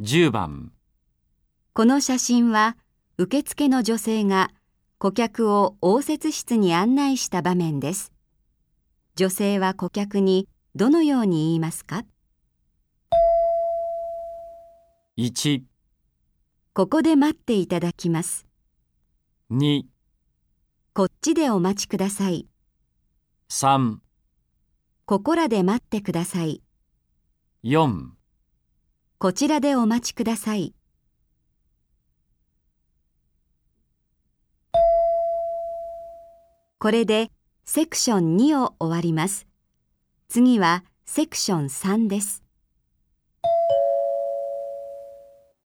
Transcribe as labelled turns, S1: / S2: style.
S1: 10番、
S2: この写真は受付の女性が顧客を応接室に案内した場面です。女性は顧客にどのように言いますか
S1: 1、
S2: ここで待っていただきます。
S1: 2、
S2: こっちでお待ちください。
S1: 3、
S2: ここらで待ってください。
S1: 4。
S2: こちらでお待ちください。これでセクション2を終わります。次はセクション3です。